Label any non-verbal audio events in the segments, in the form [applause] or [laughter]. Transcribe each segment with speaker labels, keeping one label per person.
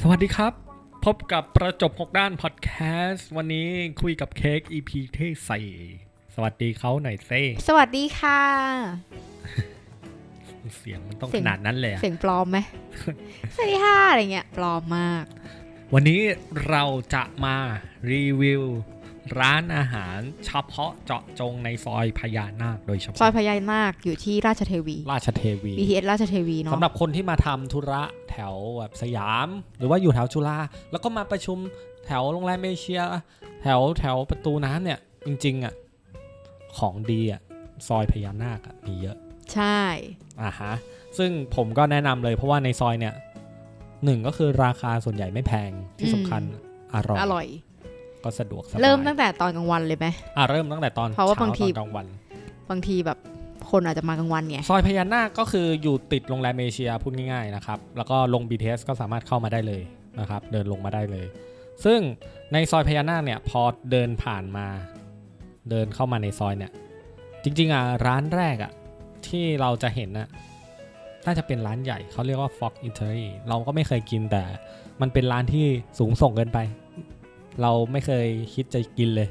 Speaker 1: สวัสดีครับ พบกับประจบหกด้านพอดแคสต์วันนี้คุยกับเค้ก EP ที่ใส่สวัสดีเขาหน่อยเซ่
Speaker 2: สวัสดีค่ะ
Speaker 1: เสียงมันต้อง
Speaker 2: เสี
Speaker 1: ข
Speaker 2: ยง
Speaker 1: นาดนั้นเลยอะ
Speaker 2: เสียงปลอ
Speaker 1: [laughs]
Speaker 2: มไหม สวัสดีค่ะอะไรเงี้ยปลอมมาก
Speaker 1: วันนี้เราจะมารีวิว ร้านอาหารเฉพาะเจาะจงในซอยพญานาคโดยเฉ
Speaker 2: ซอ
Speaker 1: พาะ
Speaker 2: ยพญายนาคอยู่ที่ราชเทวี
Speaker 1: ราชเทวี
Speaker 2: BTS ราชเทวีเนาะ
Speaker 1: สำหรับคนที่มาทำธุระแถวแบบสยาม หรือว่าอยู่แถวจุฬาแล้วก็มาประชุมแถวโรงแรมเอเชีย แถวแถวประตูน้ำเนี่ย จริง ๆ อ่ะ ของดีอ่ะ ซอยพญานาคอะมีเยอะ
Speaker 2: ใช่
Speaker 1: อ่าฮะ ซึ่งผมก็แนะนำเลยเพราะว่าในซอยเนี่ยหนึ่งก็คือราคาส่วนใหญ่ไม่แพงที่
Speaker 2: อืม
Speaker 1: สำคัญอร่อย
Speaker 2: อร่อย
Speaker 1: ก็สะดวกสบาย
Speaker 2: เริ่มตั้งแต่ตอนกลางวันเลยไหม
Speaker 1: อ่ะเริ่มตั้งแต่ตอน
Speaker 2: เพราะว่า
Speaker 1: ช้
Speaker 2: บางที
Speaker 1: ตอนกลางวัน
Speaker 2: บางทีแบบคนอาจจะมากลางวันไง
Speaker 1: ซอยพญานาคก็คืออยู่ติดโรงแรมเอเชียพูดง่ายๆนะครับ แล้วก็ลง BTS ก็สามารถเข้ามาได้เลยนะครับ เดินลงมาได้เลย ซึ่งในซอยพญานาคเนี่ยพอเดินผ่านมา เดินเข้ามาในซอยเนี่ย จริงๆอ่ะร้านแรกอ่ะที่เราจะเห็นน่ะน่าจะเป็นร้านใหญ่เขาเรียกว่า Fox i n t e r y เราก็ไม่เคยกินแต่ มันเป็นร้านที่สูงส่งเกินไป เราไม่เคยคิดจะกินเลย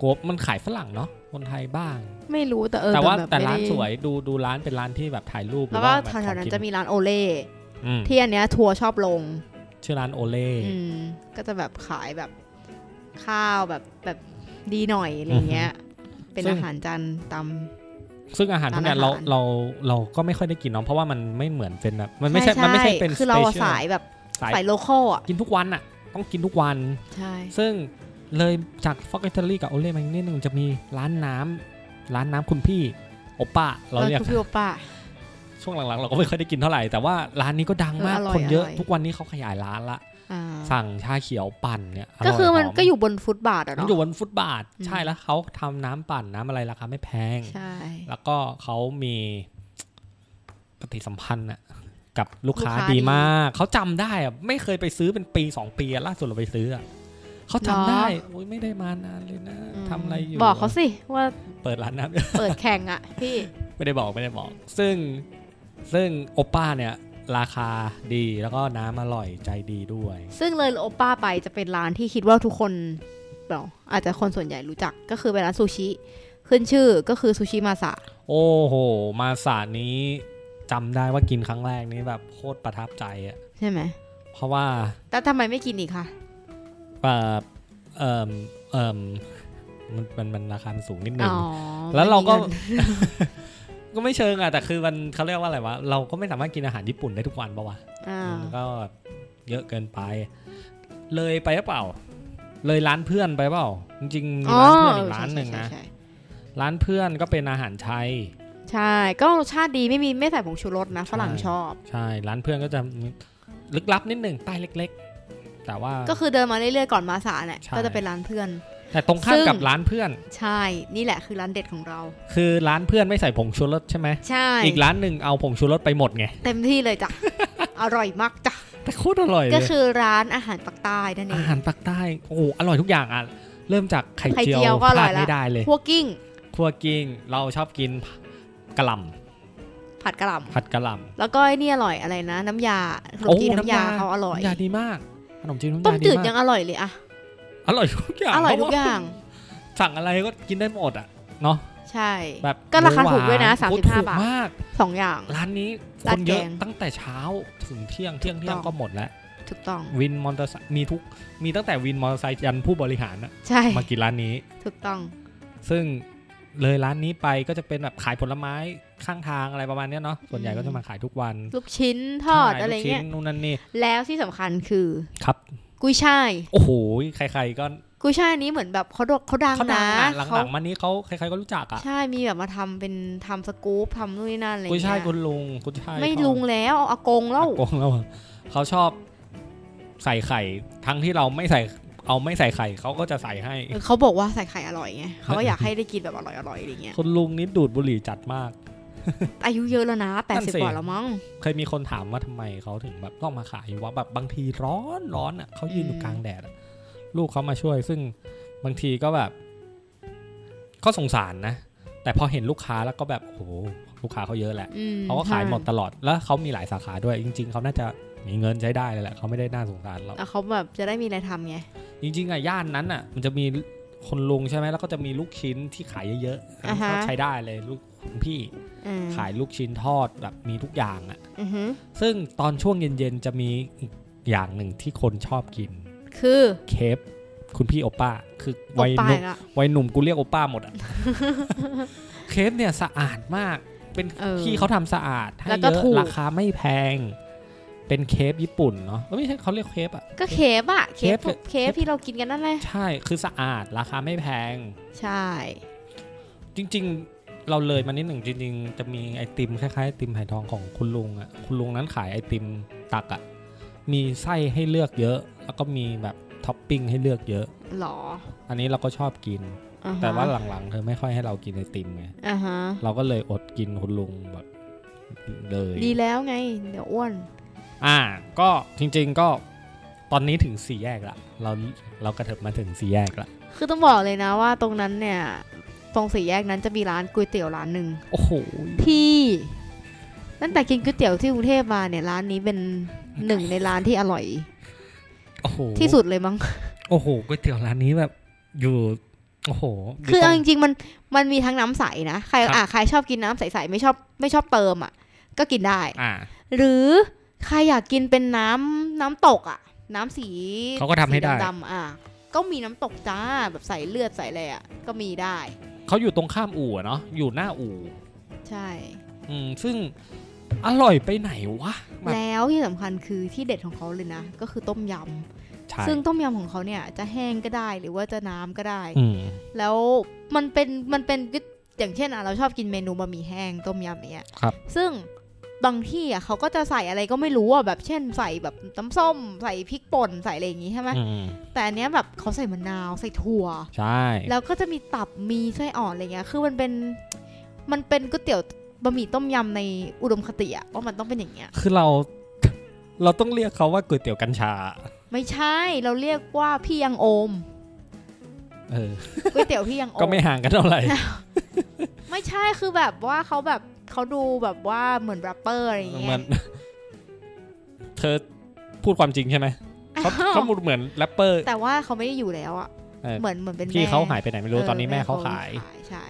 Speaker 1: กลัวมันขายฝรั่งเนาะคนไทยบ้าง
Speaker 2: ไม่รู้แต่เออ
Speaker 1: แต่ว่า
Speaker 2: บบ
Speaker 1: แต่
Speaker 2: ไม่
Speaker 1: ร้าน
Speaker 2: ได้
Speaker 1: สวยดูดูร้านเป็นร้านที่แบบถ่ายรูปหรื
Speaker 2: แล้
Speaker 1: อ
Speaker 2: วก็
Speaker 1: บบ
Speaker 2: แถวๆนั้นจะ
Speaker 1: ของกิ
Speaker 2: มีร้านโอเล่
Speaker 1: อืม
Speaker 2: ที่อันเนี้ยทัวร์ชอบลง
Speaker 1: ชื่อร้านโอเล่
Speaker 2: อืมก็จะแบบขายแบบข้าวแบบแบบดีหน่อยอะไรเงี้ย เป็นอาหารจานต
Speaker 1: ซึ่งอาหารพวกเนี้ยเรา
Speaker 2: ร้านอาหาร
Speaker 1: เราเราก็ไม่ค่อยได้กินเนาะเพราะว่ามันไม่เหมือนเป็นแบบ
Speaker 2: ำ
Speaker 1: มันไม่ใช่มันไม่ใช่เป็น
Speaker 2: คือเราอะ
Speaker 1: special
Speaker 2: สายแบบ
Speaker 1: สาย
Speaker 2: สายโลคอลอ่ะ
Speaker 1: กินทุกวันอ่ะ ต้องกินทุกวัน
Speaker 2: ใช่
Speaker 1: ซึ่งเลยจากฟ็อกเ t อรี่กับโอเล่มาอีกนิดนึงจะมีร้านน้ำร้านน้ำคุณพี่โอป้าเราเรียก
Speaker 2: [laughs] ทุกพี่โอป้า
Speaker 1: ช่วงหลังๆ เราก็ไม่ค่อยได้กินเท่าไหร่ แต่ว่าร้านนี้ก็ดังมาก
Speaker 2: เอออร่อย
Speaker 1: คนเยอะ
Speaker 2: อร่อย
Speaker 1: ทุกวันนี้เขาขยายร้านละ
Speaker 2: อ่า
Speaker 1: สั่งชาเขียวปั่นเนี่ยร่ย
Speaker 2: ก็คือมัน
Speaker 1: หม
Speaker 2: ก็อยู่บนฟุตบาทอะ
Speaker 1: มัน
Speaker 2: เนาะ
Speaker 1: อยู่บนฟุตบาท
Speaker 2: อืม
Speaker 1: ใช่แล้วเขาทำน้ำปั่นน้ำอะไรราคาไม่แพง
Speaker 2: ใช่
Speaker 1: แล้วก็เขามีปฏิสัมพันธ์อะกับลูกค้าดีมาก เขาจำได้อะไม่เคยไปซื้อเป็นปีสองปีอะล่าสุดเราไปซื้ออะเขาจำได้โอ้ยไม่ได้มานานเลยนะทำอะไรอยู่
Speaker 2: บอกเขาสิว่า
Speaker 1: เปิดร้านน้ [laughs] ำ
Speaker 2: เปิดแข่งอะพี่
Speaker 1: ไม่ได้บอกไม่ได้บอก ซึ่งซึ่งโอป้าเนี่ย ราคาดีแล้วก็น้ำอร่อยใจดีด้วย
Speaker 2: ซึ่งเลยโอป้าไปจะเป็นร้านที่คิดว่าทุกคนเปล่าอาจจะคนส่วนใหญ่รู้จักก็คือเป็นร้านซูชิ ขึ้นชื่อก็คือซูชิมาสะ
Speaker 1: โอ้โห มาสานี้จำได้ว่ากินครั้งแรกนี้แบบโคตรประทับใจอะ
Speaker 2: ใช่ไหม
Speaker 1: เพราะว่า
Speaker 2: แต่ทำไมไม่กินอีกคะ
Speaker 1: แบบเอ่มเอ่มมันมันมันราคามันสูงนิดนึ
Speaker 2: อ๋
Speaker 1: ง
Speaker 2: อ
Speaker 1: แล้วเราก็
Speaker 2: ไม่มีงิน
Speaker 1: ก็ [laughs] ไม่เชิงอะแต่คือมันเขาเรียกว่าอะไรวะ เราก็ไม่สามารถกินอาหารญี่ปุ่นได้ทุกวันปะวะ
Speaker 2: อ่า
Speaker 1: มันก็เยอะเกินไป เลยไปหรือเปล่า เลยร้านเพื่อนไปเปล่า จริงๆมีร้านเพื่อนอีกร้านหนึ่งนะ
Speaker 2: ใช่ใช่ใช่
Speaker 1: ร้านเพื่อนก็เป็นอาหารไทย
Speaker 2: ใช่ก็รสชาติดีไม่มีไม่ใส่ผงชูรสนะฝรั่ง
Speaker 1: ใช่
Speaker 2: ชอบ
Speaker 1: ใช่ ร้านเพื่อนก็จะลึกลับนิดหนึ่งใต้เล็ก ๆ แต่ว่า
Speaker 2: ก็คือเดินมาเรื่อยๆก่อนมาสาเนี่ย
Speaker 1: ใช่
Speaker 2: ก็จะเป็นร้านเพื่อน
Speaker 1: แต่ตรงข้าม
Speaker 2: ซึ่ง
Speaker 1: กับร้านเพื่อน
Speaker 2: ใช่ นี่แหละคือร้านเด็ดของเรา
Speaker 1: คือร้านเพื่อนไม่ใส่ผงชูรสใช่ไหม
Speaker 2: ใช่
Speaker 1: อีกร้านหนึ่งเอาผงชูรสไปหมดไง
Speaker 2: เต็มที่เลย
Speaker 1: [laughs]
Speaker 2: จ้ะ อร่อยมากจ้ะ
Speaker 1: แต่โคตรอร่อยเล
Speaker 2: ก็
Speaker 1: ย
Speaker 2: คือร้านอาหารปักใต้นั่นเอ
Speaker 1: อาง หารภาคใต้ โอ้โหอร่อยทุกอย่างอ่ะ เริ่มจากไข่เจียว
Speaker 2: ไข่เจียวก็อ
Speaker 1: พ
Speaker 2: ร่
Speaker 1: ลา
Speaker 2: อ
Speaker 1: ด
Speaker 2: ยละ
Speaker 1: ไม่ได้เลย
Speaker 2: คั่วกิ้ง
Speaker 1: ครัวกิ้งเราชอบกินกะหล่
Speaker 2: ผัดกระหล่
Speaker 1: ำผัดกะหล่
Speaker 2: ำแล้วก็ไอ้นี่อร่อยอะไรนะ น้ำยาข
Speaker 1: ำ
Speaker 2: นมจีนน้ำยาเขาอร่อย
Speaker 1: น้ำยาดีมากขนมจีนน้ำยา
Speaker 2: ต้มจืดยั
Speaker 1: มาก
Speaker 2: งอร่อยเลยอะ
Speaker 1: อร่อยทุกอย่าง
Speaker 2: อร่อย
Speaker 1: เพะ
Speaker 2: ทุกอย่าง
Speaker 1: สั่งอะไรก็กินได้หมดอ่ะเนาะ
Speaker 2: ใช่
Speaker 1: แบบ
Speaker 2: ก็ราคา
Speaker 1: ห
Speaker 2: ถูกด้วยนะ
Speaker 1: ห
Speaker 2: 35
Speaker 1: โอ้โหถูก
Speaker 2: บาท
Speaker 1: มาก
Speaker 2: สองอย่าง
Speaker 1: ร้านนี้ค
Speaker 2: ร้าน น
Speaker 1: เยอะ
Speaker 2: แกง
Speaker 1: ตั้งแต่เช้าถึงเที่ยงเที่ยง
Speaker 2: ถูก
Speaker 1: เที่ย
Speaker 2: ต้
Speaker 1: ง
Speaker 2: อง
Speaker 1: ก็หมดแล้ว
Speaker 2: ถูกต้อง
Speaker 1: วินมอเตอร์ไซค์มีทุกมีตั้งแต่วินมอเตอร์ไซค์ยันผู้บริหารอะ
Speaker 2: ใช่
Speaker 1: มากินร้านนี้
Speaker 2: ถูกต้อง
Speaker 1: ซึ่งเลยร้านนี้ไปก็จะเป็นแบบขายผลไม้ข้างทางอะไรประมาณเนี้ยเนาะส่วนใหญ่ก็จะมาขายทุกวัน
Speaker 2: ลูกชิ้นทอด
Speaker 1: ขาย
Speaker 2: อะไร
Speaker 1: ลูกชิ้น
Speaker 2: เงี้ย
Speaker 1: นู่นนั่นนี่
Speaker 2: แล้วที่สำคัญคือ
Speaker 1: ครับ
Speaker 2: กุ้ยช่าย
Speaker 1: โอ้โห ใคร ๆก็
Speaker 2: กุยช่ายอันนี้เหมือนแบบเขาโดเขาดัง
Speaker 1: เขาดั
Speaker 2: นะ
Speaker 1: งอ่ะหลังๆมานี้เขาใครๆก็รู้จักอ่ะ
Speaker 2: ใช่มีแบบมาทำเป็นทำสกู๊ปทำนู่นนี่นั่นอะไร
Speaker 1: กุย
Speaker 2: เงี้
Speaker 1: ช่ายคุ
Speaker 2: ย
Speaker 1: ณลุงกุยช่าย
Speaker 2: ไม่
Speaker 1: เขา
Speaker 2: ลุงแล้วเอาอากงแล้ว
Speaker 1: อากงแล้วอะเขาชอบใส่ไข่ ทั้งที่เราไม่ใส่เอาไม่ใส่ไข่เขาก็จะใส่ให้
Speaker 2: เออเขาบอกว่าใส่ไข่อร่อย
Speaker 1: [laughs]
Speaker 2: ไงเขาก็อยากให้ได้กินแบบอร่อยๆอะไรเงี้ย
Speaker 1: คุณลุงนี่ดูดบุหรี่จัดมาก
Speaker 2: อายุเยอะแล้วนะแป
Speaker 1: นั่
Speaker 2: ด
Speaker 1: น
Speaker 2: สิบ
Speaker 1: สิ
Speaker 2: กว่าแล้วมั้ง
Speaker 1: เคยมีคนถามว่าทำไมเขาถึงแบบต้องมาขายว่าแบบบางทีร้อนร้อนอ่ะเขายืนอยู่
Speaker 2: อืม
Speaker 1: กลางแดดอะลูกเขามาช่วยซึ่งบางทีก็แบบก็สงสารนะ แต่พอเห็นลูกค้าแล้วก็แบบโอ้โหลูกค้าเขาเยอะแหละ
Speaker 2: อืม
Speaker 1: เขาก็ขาย
Speaker 2: ใช่
Speaker 1: หมดตลอด แล้วเขามีหลายสาขาด้วย จริง ๆ เขาน่าจะมีเงินใช้ได้เลยแหละ เขาไม่ได้น่าสงสารหรอก
Speaker 2: แล้วเขาแบบจะได้มีอะไรทำไง
Speaker 1: จริง ๆอ่ะย่านนั้นอ่ะ มันจะมีคนลุงใช่ไหม แล้วก็จะมีลูกชิ้นที่ขายเยอะๆอันนั้นก็ใช้ได้เลยลูกคุณพี่
Speaker 2: อืม
Speaker 1: ขายลูกชิ้นทอดแบบมีทุกอย่างอ่ะ
Speaker 2: อือฮึ
Speaker 1: ซึ่งตอนช่วงเย็นๆ จะมีอีกอย่างหนึ่งที่คนชอบกิน
Speaker 2: คือ
Speaker 1: เคปคุณพี่โอป้า คือ
Speaker 2: ต
Speaker 1: วั
Speaker 2: ก
Speaker 1: ย
Speaker 2: ป
Speaker 1: ห
Speaker 2: ลา
Speaker 1: นุ่ม
Speaker 2: ยละ
Speaker 1: วัยหนุ่มกูเรียกโอป้าหมด
Speaker 2: [laughs]
Speaker 1: อ่ะ เคฟเนี่ยสะอาดมาก เป็น
Speaker 2: เออ
Speaker 1: ที่เขาทำสะอาดให้
Speaker 2: แล้ว
Speaker 1: เย
Speaker 2: ก็
Speaker 1: อะ
Speaker 2: ถูก
Speaker 1: ราคาไม่แพง เป็นเคฟญี่ปุ่นเนาะเอ้ยไม่ใช่เขาเรียกเคฟอ่ะ
Speaker 2: ก็เคฟอะเคฟ
Speaker 1: เคฟ
Speaker 2: เคฟที่เรากินกันนั่นแหละ
Speaker 1: ใช่คือสะอาดราคาไม่แพง
Speaker 2: ใช่
Speaker 1: จริง ๆ เราเลยมานิดหนึ่งจริง ๆ จะมีไอติมคล้ายๆไอติมไผ่ทองของคุณลุงอ่ะคุณลุงนั้นขายไอติมตักอ่ะมีไส้ให้เลือกเยอะ แล้วก็มีแบบท็อปปิ้งให้เลือกเยอะ
Speaker 2: หรอ
Speaker 1: อันนี้เราก็ชอบกิน
Speaker 2: อ่ฮะ
Speaker 1: แต่ว่าหลังๆเธอไม่ค่อยให้เรากินไอติมไง
Speaker 2: อ่าฮะ
Speaker 1: เราก็เลยอดกินคุณลุงแบบเลย
Speaker 2: ดีแล้วไง เดี๋ยวอ้วน
Speaker 1: อ่า ก็จริง ๆก็ตอนนี้ถึงสี่แยกละเราเรากระเถิบมาถึงสี่แยกละ
Speaker 2: คือต้องบอกเลยนะว่าตรงนั้นเนี่ย ตรงสี่แยกนั้นจะมีร้านก๋วยเตี๋ยวร้านหนึ่ง
Speaker 1: โอ้โห
Speaker 2: ที่ตั้งแต่กินก๋วยเตี๋ยวที่กรุงเทพมาเนี่ยร้านนี้เป็นหนึ่งในร้านที่อร่อย
Speaker 1: โอ้โห
Speaker 2: ที่สุดเลยมั้ง
Speaker 1: โอ้โหก๋วยเตี๋ยวร้านนี้แบบอยู่โอ้โหยู่
Speaker 2: คือ
Speaker 1: ตร
Speaker 2: เอา
Speaker 1: ง
Speaker 2: จริงๆมันมันมีทั้งน้ำใสนะใคร
Speaker 1: ครับ
Speaker 2: อ่ะใครชอบกินน้ำใสๆไม่ชอบไม่ชอบเติมอ่ะ ก็กินได้
Speaker 1: อ่า
Speaker 2: หรือใครอยากกินเป็นน้ำน้ำตกอะ่ะ น้ำสี
Speaker 1: เขาก็ทำให้ได้
Speaker 2: สีดำๆอ่ะก็มีน้ำตกจ้าแบบใส่เลือดใส่อะไรอะ่ะก็มีได้
Speaker 1: เขาอยู่ตรงข้ามอู่อะเนาะอยู่หน้าอู่
Speaker 2: ใช่
Speaker 1: อืมซึ่งอร่อยไปไหนวะแบบ
Speaker 2: แล้วที่สำคัญคือที่เด็ดของเขาเลยนะ ก็คือต้มย
Speaker 1: ใช่
Speaker 2: ำซึ่งต้มยำของเขาเนี่ยจะแห้งก็ได้หรือว่าจะน้ำก็ได้
Speaker 1: อืม
Speaker 2: แล้วมันเป็นมันเป็นก๋วยอย่างเช่นอ่ะเราชอบกินเมนูบะหมี่แห้งต้มยำอย่างเงี้ย
Speaker 1: ครับ
Speaker 2: ซึ่งบางที่อ่ะเขาก็จะใส่อะไรก็ไม่รู้อ่ะแบบเช่นใส่แบบน้ำส้มใส่พริกป่นใส่อะไรอย่างงี้ใช่ไหม
Speaker 1: อืม
Speaker 2: แต่อันเนี้ยแบบเขาใส่มะนาวใส่ถั่ว
Speaker 1: ใช่
Speaker 2: แล้วก็จะมีตับมีไส้อ่อนอะไรเงี้ย คือมันเป็นมันเป็นก๋วยเตี๋ยวบะหมี่ต้มยำในอุดมคติอะว่ามันต้องเป็นอย่างเงี้ย
Speaker 1: คือเรา เราต้องเรียกเขาว่าก๋วยเตี๋ยวกัญชา
Speaker 2: ไม่ใช่เราเรียกว่าพี่ยังโอม
Speaker 1: เออ
Speaker 2: ก๋วยเตี๋ยวพี่ยังโอ
Speaker 1: ก็
Speaker 2: ม
Speaker 1: ไม่ห่างกันเท่าไหร่
Speaker 2: ไม่ใช่คือแบบว่าเขาแบบเขาดูแบบว่าเหมือนแรปเปอร์อะไรอย่างเงี้
Speaker 1: เหมือย น เธอพูดความจริงใช่ไหมเขา
Speaker 2: อ้าว
Speaker 1: เขาเหมือนแรปเปอร์
Speaker 2: [laughs] แต่ว่าเขาไม่ได้อยู่แล้วอะ
Speaker 1: เออ
Speaker 2: เหมือนเหมือนเป็น
Speaker 1: พี่
Speaker 2: แม่
Speaker 1: เขาหายไปไหนไม่รู้ตอนนี้แม่เขาขาย
Speaker 2: ใช่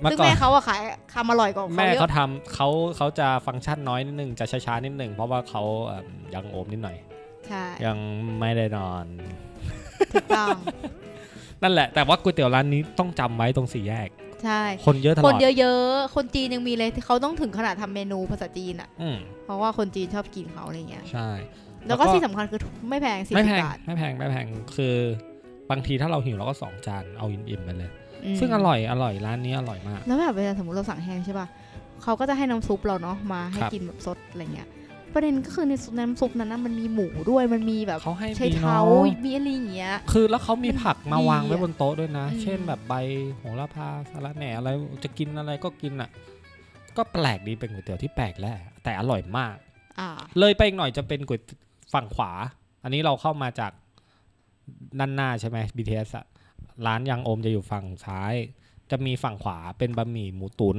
Speaker 1: เมื่อ
Speaker 2: ซึ่ง
Speaker 1: ก่อน
Speaker 2: แม่เขาอะขายคำอร่อยกว่า
Speaker 1: แม่
Speaker 2: เขาเย
Speaker 1: เขา
Speaker 2: อะ
Speaker 1: ทำเขาเขาจะฟังก์ชันน้อยนิดนึงจะช้าๆนิดนึงเพราะว่าเขาเอิ่มยังโอมนิดหน่อย
Speaker 2: ใช่
Speaker 1: ยังไม่ได้นอน
Speaker 2: ถูกต้อง
Speaker 1: นั่นแหละแต่ว่าก๋วยเตี๋ยวร้านนี้ต้องจำไว้ตรงสี่แยก
Speaker 2: ใช่
Speaker 1: คนเยอะตล
Speaker 2: ค
Speaker 1: อน ด
Speaker 2: เยอะๆ คนจีนยังมีเลยที่เขาต้องถึงขนาดทำเมนูภาษาจีนอ่ะ
Speaker 1: อืม
Speaker 2: เพราะว่าคนจีนชอบกินเขาอะไรเงี้ย
Speaker 1: ใช่
Speaker 2: แล้ว
Speaker 1: แล้
Speaker 2: ก็
Speaker 1: วก็
Speaker 2: ที่สำคัญคือไม่แพงสี่
Speaker 1: ไม่
Speaker 2: สิ
Speaker 1: แพ
Speaker 2: บ
Speaker 1: ง
Speaker 2: บาท
Speaker 1: ไม่แพงไม่แพงคือบางทีถ้าเราหิวเราก็สองจานเอาอิ่มๆไปเลย
Speaker 2: ม
Speaker 1: ซึ่งอร่อยอร่อยร้านนี้อร่อยมาก
Speaker 2: แล้วแบบเวลาสมมติเราสั่งแห้งใช่ป่ะเขาก็จะให้น้ำซุปเราเนาะมาให้
Speaker 1: ครับ
Speaker 2: กินแบบสดอะไรเงี้ย ประเด็นก็คือในน้ำซุปนั้นนะมันมีหมูด้วยมันมีแบบ
Speaker 1: เขาให้
Speaker 2: ใช้
Speaker 1: มี
Speaker 2: เท้า
Speaker 1: น้อย
Speaker 2: มีอะไรอย่างเงี้ย
Speaker 1: คือแล้วเขามีผักมาวางไว้
Speaker 2: ดีอะ
Speaker 1: บนโต๊ะด้วยนะ
Speaker 2: อืม
Speaker 1: เช่นแบบใบโหระพาสาระแหน่อะไรจะกินอะไรก็กินอ่ะ ก็แปลกดีเป็นก๋วยเตี๋ยวที่แปลกแหละแต่อร่อยมาก
Speaker 2: อ่า
Speaker 1: เลยไปอีกหน่อยจะเป็นก๋วยฝั่งขวา อันนี้เราเข้ามาจากด้านหน้าใช่ไหม BTS อะร้านยังโอมจะอยู่ฝั่งซ้าย จะมีฝั่งขวาเป็นบะหมี่หมูตุน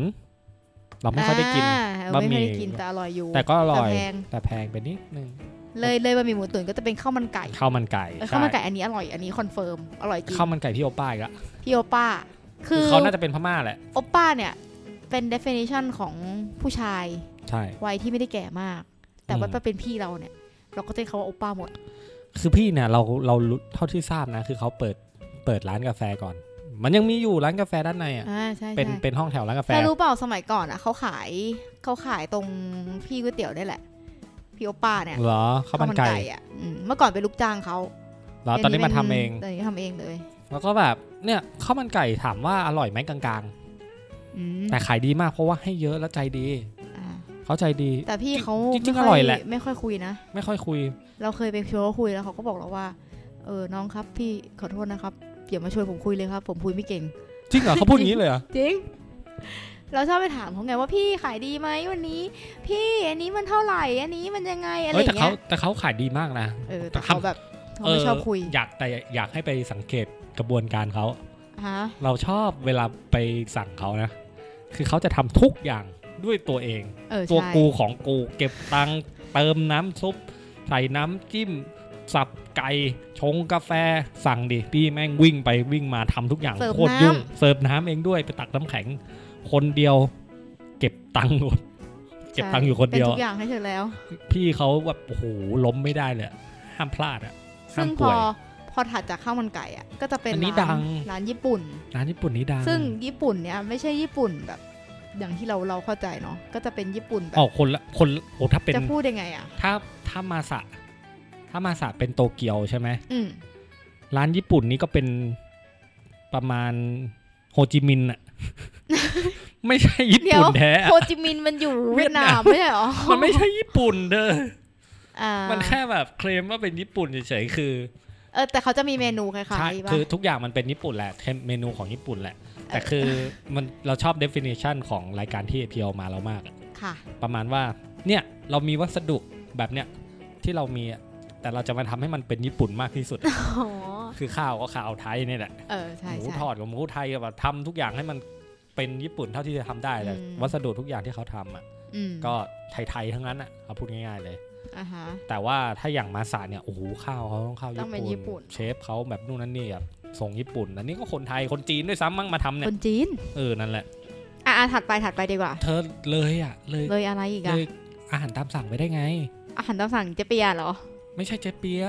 Speaker 1: เราไม่ค่อยได้กิน
Speaker 2: อ่าเออบ
Speaker 1: ะ
Speaker 2: ไม่
Speaker 1: หมี่
Speaker 2: ค่อยได้กินแต่อร่อยอยู่
Speaker 1: แต่ก็อร่อย
Speaker 2: แต่แพง
Speaker 1: แต่แพงไปนิดนึง
Speaker 2: เลยเลยบะหมี่หมูตุ๋นก็จะเป็นข้าวมันไก่
Speaker 1: ข้าวมันไก่
Speaker 2: เออข้าวมันไก่อันนี้อร่อยอันนี้คอนเฟิร์มอร่อยจริง
Speaker 1: ข้าวมันไก่พี่โอป้าอีกละ
Speaker 2: พี่โอป้า คือ
Speaker 1: เขาน่าจะเป็นพม่าแหละ
Speaker 2: โอปป้าเนี่ย เป็น definition ของผู้ชาย
Speaker 1: ใช่
Speaker 2: วัยที่ไม่ได้แก่มาก แต่ว่า
Speaker 1: อืม
Speaker 2: ถ้าเป็นพี่เราเนี่ย เราก็จะเรียกเขาว่าโอปป้าหมด
Speaker 1: คือพี่เนี่ยเราเรารู้เท่าที่ทราบนะ คือเขาเปิดเปิดร้านกาแฟก่อน มันยังมีอยู่ร้านกาแฟด้านในอ่ะ
Speaker 2: อ่าใช่
Speaker 1: เป็น
Speaker 2: ใช่
Speaker 1: เป็นห้องแถวร้านกาแฟ
Speaker 2: เธอรู้เปล่าสมัยก่อนอ่ะเขาขายเขาขายตรงพี่ก๋วยเตี๋ยวนี่แหละ พี่โอปป้าเนี่ย
Speaker 1: เหรอข้าวมันไก่
Speaker 2: อ่ะอืมเมื่อก่อนเป็นลูกจ้างเขา
Speaker 1: เหรอตอนนี้มาทำเอง
Speaker 2: ตอนนี้ทำเองเลย
Speaker 1: แล้วก็แบบเนี่ยข้าวมันไก่ถามว่าอร่อยไหมกลาง
Speaker 2: อืม
Speaker 1: ๆ แต่ขายดีมากเพราะว่าให้เยอะแล้วใจดี
Speaker 2: อ่า
Speaker 1: เขาใจดี
Speaker 2: แต่พี่เขา
Speaker 1: จริงๆ
Speaker 2: ไม่ค่
Speaker 1: อร่อยแหละ
Speaker 2: ไม่ค่อยคุยนะ
Speaker 1: ไม่ค่อยคุย
Speaker 2: เราเคยไปชวนเขาคุยแล้วเขาก็บอกเราว่า เออ น้องครับพี่ขอโทษนะครับอย่ามาชวนผมคุยเลยครับ ผมคุยไม่เก่ง
Speaker 1: จริงเหรอเขาพูดอย่างนี้เลยเหรอ
Speaker 2: จริง เราชอบไปถามเขาไงว่าพี่ขายดีไหมวันนี้ พี่อันนี้มันเท่าไหร่ อันนี้มันยังไง [laughs] อะไร
Speaker 1: เอ้
Speaker 2: อย ย่า
Speaker 1: แต่
Speaker 2: ง
Speaker 1: เขา
Speaker 2: เงี้ย
Speaker 1: แต่เขาขายดีมากนะ
Speaker 2: เออแต่เขาแบบเขาไม่ชอบคุย
Speaker 1: เอยากแต่อยากให้ไปสังเกตกระบวนการเขา
Speaker 2: ฮะ
Speaker 1: เราชอบเวลาไปสั่งเขานะ คือเขาจะทำทุกอย่างด้วยตัวเอง
Speaker 2: เออ
Speaker 1: ตัว
Speaker 2: ใช่
Speaker 1: กูของกูเก็บตังค์เติมน้ำซุป ใส่น้ำจิ้ม สับไก่ชงกาแฟสั่งดิ พี่แม่งวิ่งไปวิ่งมาทำทุกอย่างโคตรยุ่ง เสิร์ฟน้ำเองด้วยไปตักน้ำแข็ง คนเดียว เก็บตังค์หมดเก็บตังค์อยู่คนเดียว
Speaker 2: เป็นทุกอย่างให้เธอแล้ว
Speaker 1: พี่เขาแบบโอ้โหล้มไม่ได้เลยอะห้ามพลาดอะห้า
Speaker 2: ซึ่
Speaker 1: ม
Speaker 2: งพ
Speaker 1: ป่ว
Speaker 2: อย พอถัดจากข้าวมันไก่อ่ะก็จะเป็น
Speaker 1: อันนี้
Speaker 2: ร้า
Speaker 1: ดัง
Speaker 2: ร้านญี่ปุ่น
Speaker 1: ร้านญี่ปุ่นนี้ดัง
Speaker 2: ซึ่งญี่ปุ่นเนี่ยไม่ใช่ญี่ปุ่นแบบ อย่างที่เราเราเข้าใจเนาะก็จะเป็นญี่ปุ่นแบ
Speaker 1: อ๋อบ คนละคนละโอ้ถ้าเป็น
Speaker 2: จะพูดยังไงอ่ะ
Speaker 1: ถ้าถ้ามาสะถ้ามาสะเป็นโตเกียวใช่ไหม
Speaker 2: อืม
Speaker 1: ร้านญี่ปุ่นนี้ก็เป็นประมาณโฮจิมินห์อะ [laughs] ไม่ใช่ญี่ปุ่นแท้อะ
Speaker 2: โฮจิมินห์มันอยู่
Speaker 1: เวี
Speaker 2: เวี
Speaker 1: ย
Speaker 2: ย
Speaker 1: ดนาน
Speaker 2: ดาม มไม่ใช่หรอ
Speaker 1: มันไม่ใช่ญี่ปุ่นเด้อ
Speaker 2: อ่า
Speaker 1: มันแค่แบบเคลมว่าเป็นญี่ปุ่นเฉยๆคือ
Speaker 2: เออแต่เขาจะมีเมนูคล้าย
Speaker 1: ใช่
Speaker 2: ๆป่ะ
Speaker 1: คือทุกอย่างมันเป็นญี่ปุ่นแหละเมนูของญี่ปุ่นแหละ แต่คือมันเราชอบ definition ของรายการที่เพียวมาเรามากอะ
Speaker 2: ค่ะ
Speaker 1: ประมาณว่าเนี่ยเรามีวัสดุแบบเนี้ยที่เรามีอะแต่เราจะมาทำให้มันเป็นญี่ปุ่นมากที่สุด
Speaker 2: อ๋อ
Speaker 1: คือข้าวก็ข้าวไทยเนี่ยแหละ
Speaker 2: เออ ใช่
Speaker 1: หมู
Speaker 2: ใช่
Speaker 1: ทอดกับหมูไทยก็แบบทำทุกอย่างให้มันเป็นญี่ปุ่นเท่าที่จะทำได้แต่
Speaker 2: อืม
Speaker 1: วัสดุทุกอย่างที่เขาทำอ่ะ
Speaker 2: อืม
Speaker 1: ก็ไทยๆทั้งนั้นอ่ะเอาพูดง่ายๆเลย
Speaker 2: อ่าฮะ
Speaker 1: แต่ว่าถ้าอย่างมาสาเนี่ยโอ้โหข้าวเขาต้องข้าว
Speaker 2: ต้องเป็นญี่
Speaker 1: ญี่
Speaker 2: ปุ่
Speaker 1: ปุ่น
Speaker 2: น
Speaker 1: เชฟเขาแบบนู่นนั่นนี่แบบส่งญี่ปุ่นอันนี้ก็คนไทยคนจีนด้วยซ้ำมั่งมาทำเนี่
Speaker 2: ค
Speaker 1: ย
Speaker 2: นจีน
Speaker 1: เออนั่นแหละ
Speaker 2: อ่ะอ่ะถัดไปถัดไปดีกว่า
Speaker 1: เธอเลยอ่ะเลย
Speaker 2: เลยอะไรอีก
Speaker 1: เล
Speaker 2: อ่ะ
Speaker 1: ยอาหารตามสั่งไปได้ไง
Speaker 2: อาหารตามสั่งเจเปียเหรอ
Speaker 1: ไม่ใช่เจเปีย